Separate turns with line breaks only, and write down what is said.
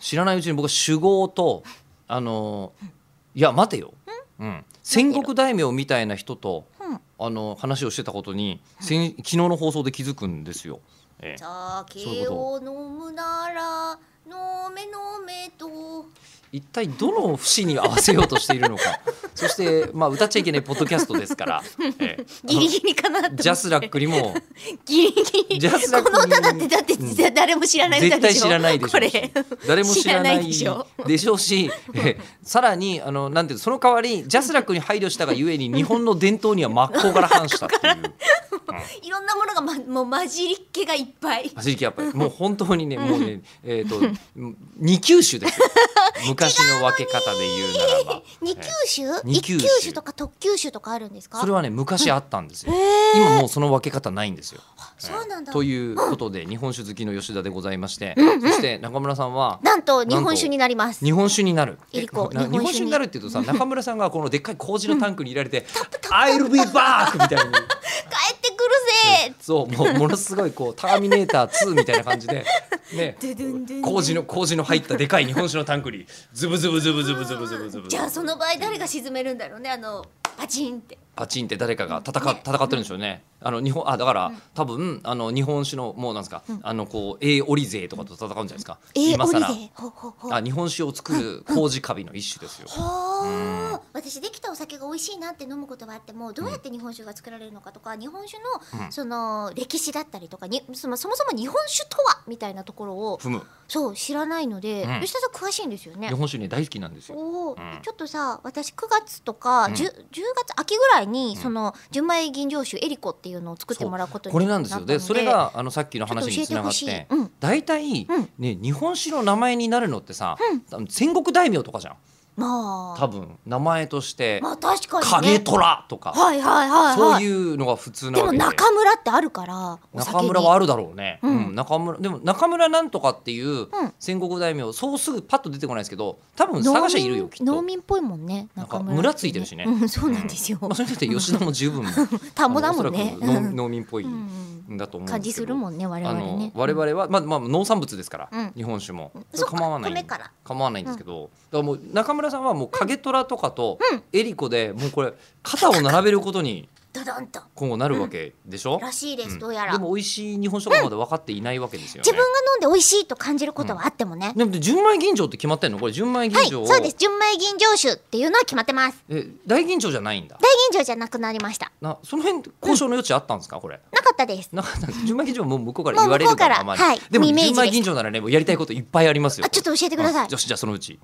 知らないうちに僕は酒豪とあのいや待てよ、うん、戦国大名みたいな人と、
うん
あの話をしてたことに、先昨日の放送で気づくんですよ。ええ
酒を飲むなら飲め飲めと
一体どの節に合わせようとしているのか そして、まあ、歌っちゃいけないポッドキャストです から、ええ
ギリギリかなと思って
ジャスラックに も
ギリギリ
ジャスラック
この歌だってだって実は誰も知らない歌
絶
で
対
しょ
知らないでしょ
こ
う
れ
し誰も知らないで
知
し
らな
ょ
いで
うしえさらにあのなんていうのその代わりジャスラックに配慮したがゆえに日本の伝統には真っ向から反したっていう
いろんなものが、ま、もう混じりっ気がいっぱい
走りきやっぱりもう本当にねもうねえっ、と二級種 ですよ昔の分け方で言うならば
二級種
二
一
級
級
種
種とか特級種とかあるんですか
それはね昔あったんですよ、
へー
今もうその分け方ないんですよ
そうなんだ
ということで日本酒好きの吉田でございまして、そして中村さんは
なん
な
と
んと
日本酒になります
日本酒になる。
いい子
えな日
日本酒に
本酒になるっていうとさ、中村さんがこのでっかい麹のタンクに入れられ て、I'll be back みたいに、
帰ってくるぜ
そうもうものすごいこうターミネーター2みたいな感じで、ね、
ドゥドゥンドゥン
麹の麹の入ったでかい日本酒のタンクにズブズブズブズブズブズブズブ。
じゃあその場合誰が沈めるんだろうねあのパチンって
パチンって誰かが戦戦ってるんでしょうね。あの日本あだから、多分あの日本酒のもうなんですか、あのこう A オリ勢とかと戦うんじゃないですか。
えー、
今
降り
更
でほうほうほう
あ日本酒を作る麹カビの一種ですよ。う
ほー私できたお酒が美味しいなって飲むことはあってもどうやって日本酒が作られるのかとか、日本酒
うん
のその歴史だったりとかにそのそもそも日本酒とはみたいなところを
踏む
そう知らないので、
うん
吉田さん詳しいんですよね
日。本酒ね大好きなんですよ。
おお、
うん
ちょっとさ私9月とか 10,、
うん
10月秋ぐらいに、
ん
その純米吟醸酒エリコっていうのを作ってもらうことに
これなんで
っ
す
た
よ
ので
でそれがあのさっきの話につながっ
ちょっと教え
て
てほしいうん
大体、
うん
ね、日本酒の名前になるのってさ、多分戦国大名とかじゃん
まあ
多分名前として
まあ
「
確かに
影
ね
虎」とか、
はいはいはい
そ
は
う
い
いうのが普通な
で
わ
も
けで
中村ってあるからお酒
中
に
村はあるだろうね、う
うんん
中村でも中村なんとかっていう戦国大名、そうすぐパッと出てこないですけど多分探しゃいるよきっ
農
と。
民っぽいもんね
なんか
中村
村ついてるしね
うん、そうなんですよ、
まあ、それだって 吉田も十分
田んぼだもんね
あのおそ らく農農民っぽい
うん
んだと思うんですけど
感じするもんね我
あ
々
の
ね
我々は、まあまあ、農産物ですから、
うん
日本酒も
そっか
構わない
米から
構わないんですけど、だからもう中村さんはもう影虎とかとエリコでもうこれ肩を並べることに
ドドンと
今後なるわけでしょ、
らしいです、
うん
どうやら
でも美味しい日本酒がまだ分かっていないわけですよね
自分が飲んで美味しいと感じることはあってもね、
でも純米吟醸って決まってんのこれ純米吟
はい
醸を、
そうです純米吟醸酒っていうのは決まってます
え大吟醸じゃないんだ
大吟醸じゃなくなりました
なその辺交渉の余地あったんですかこれ
なかったです
なかったんです純米吟醸はもう向こうから言われる
もう向こうから
まま
はい
でも
イメージ
純
です
米吟醸ならねもうやりたいこといっぱいありますよ
あちょっと教えてください
よしじゃあそのうち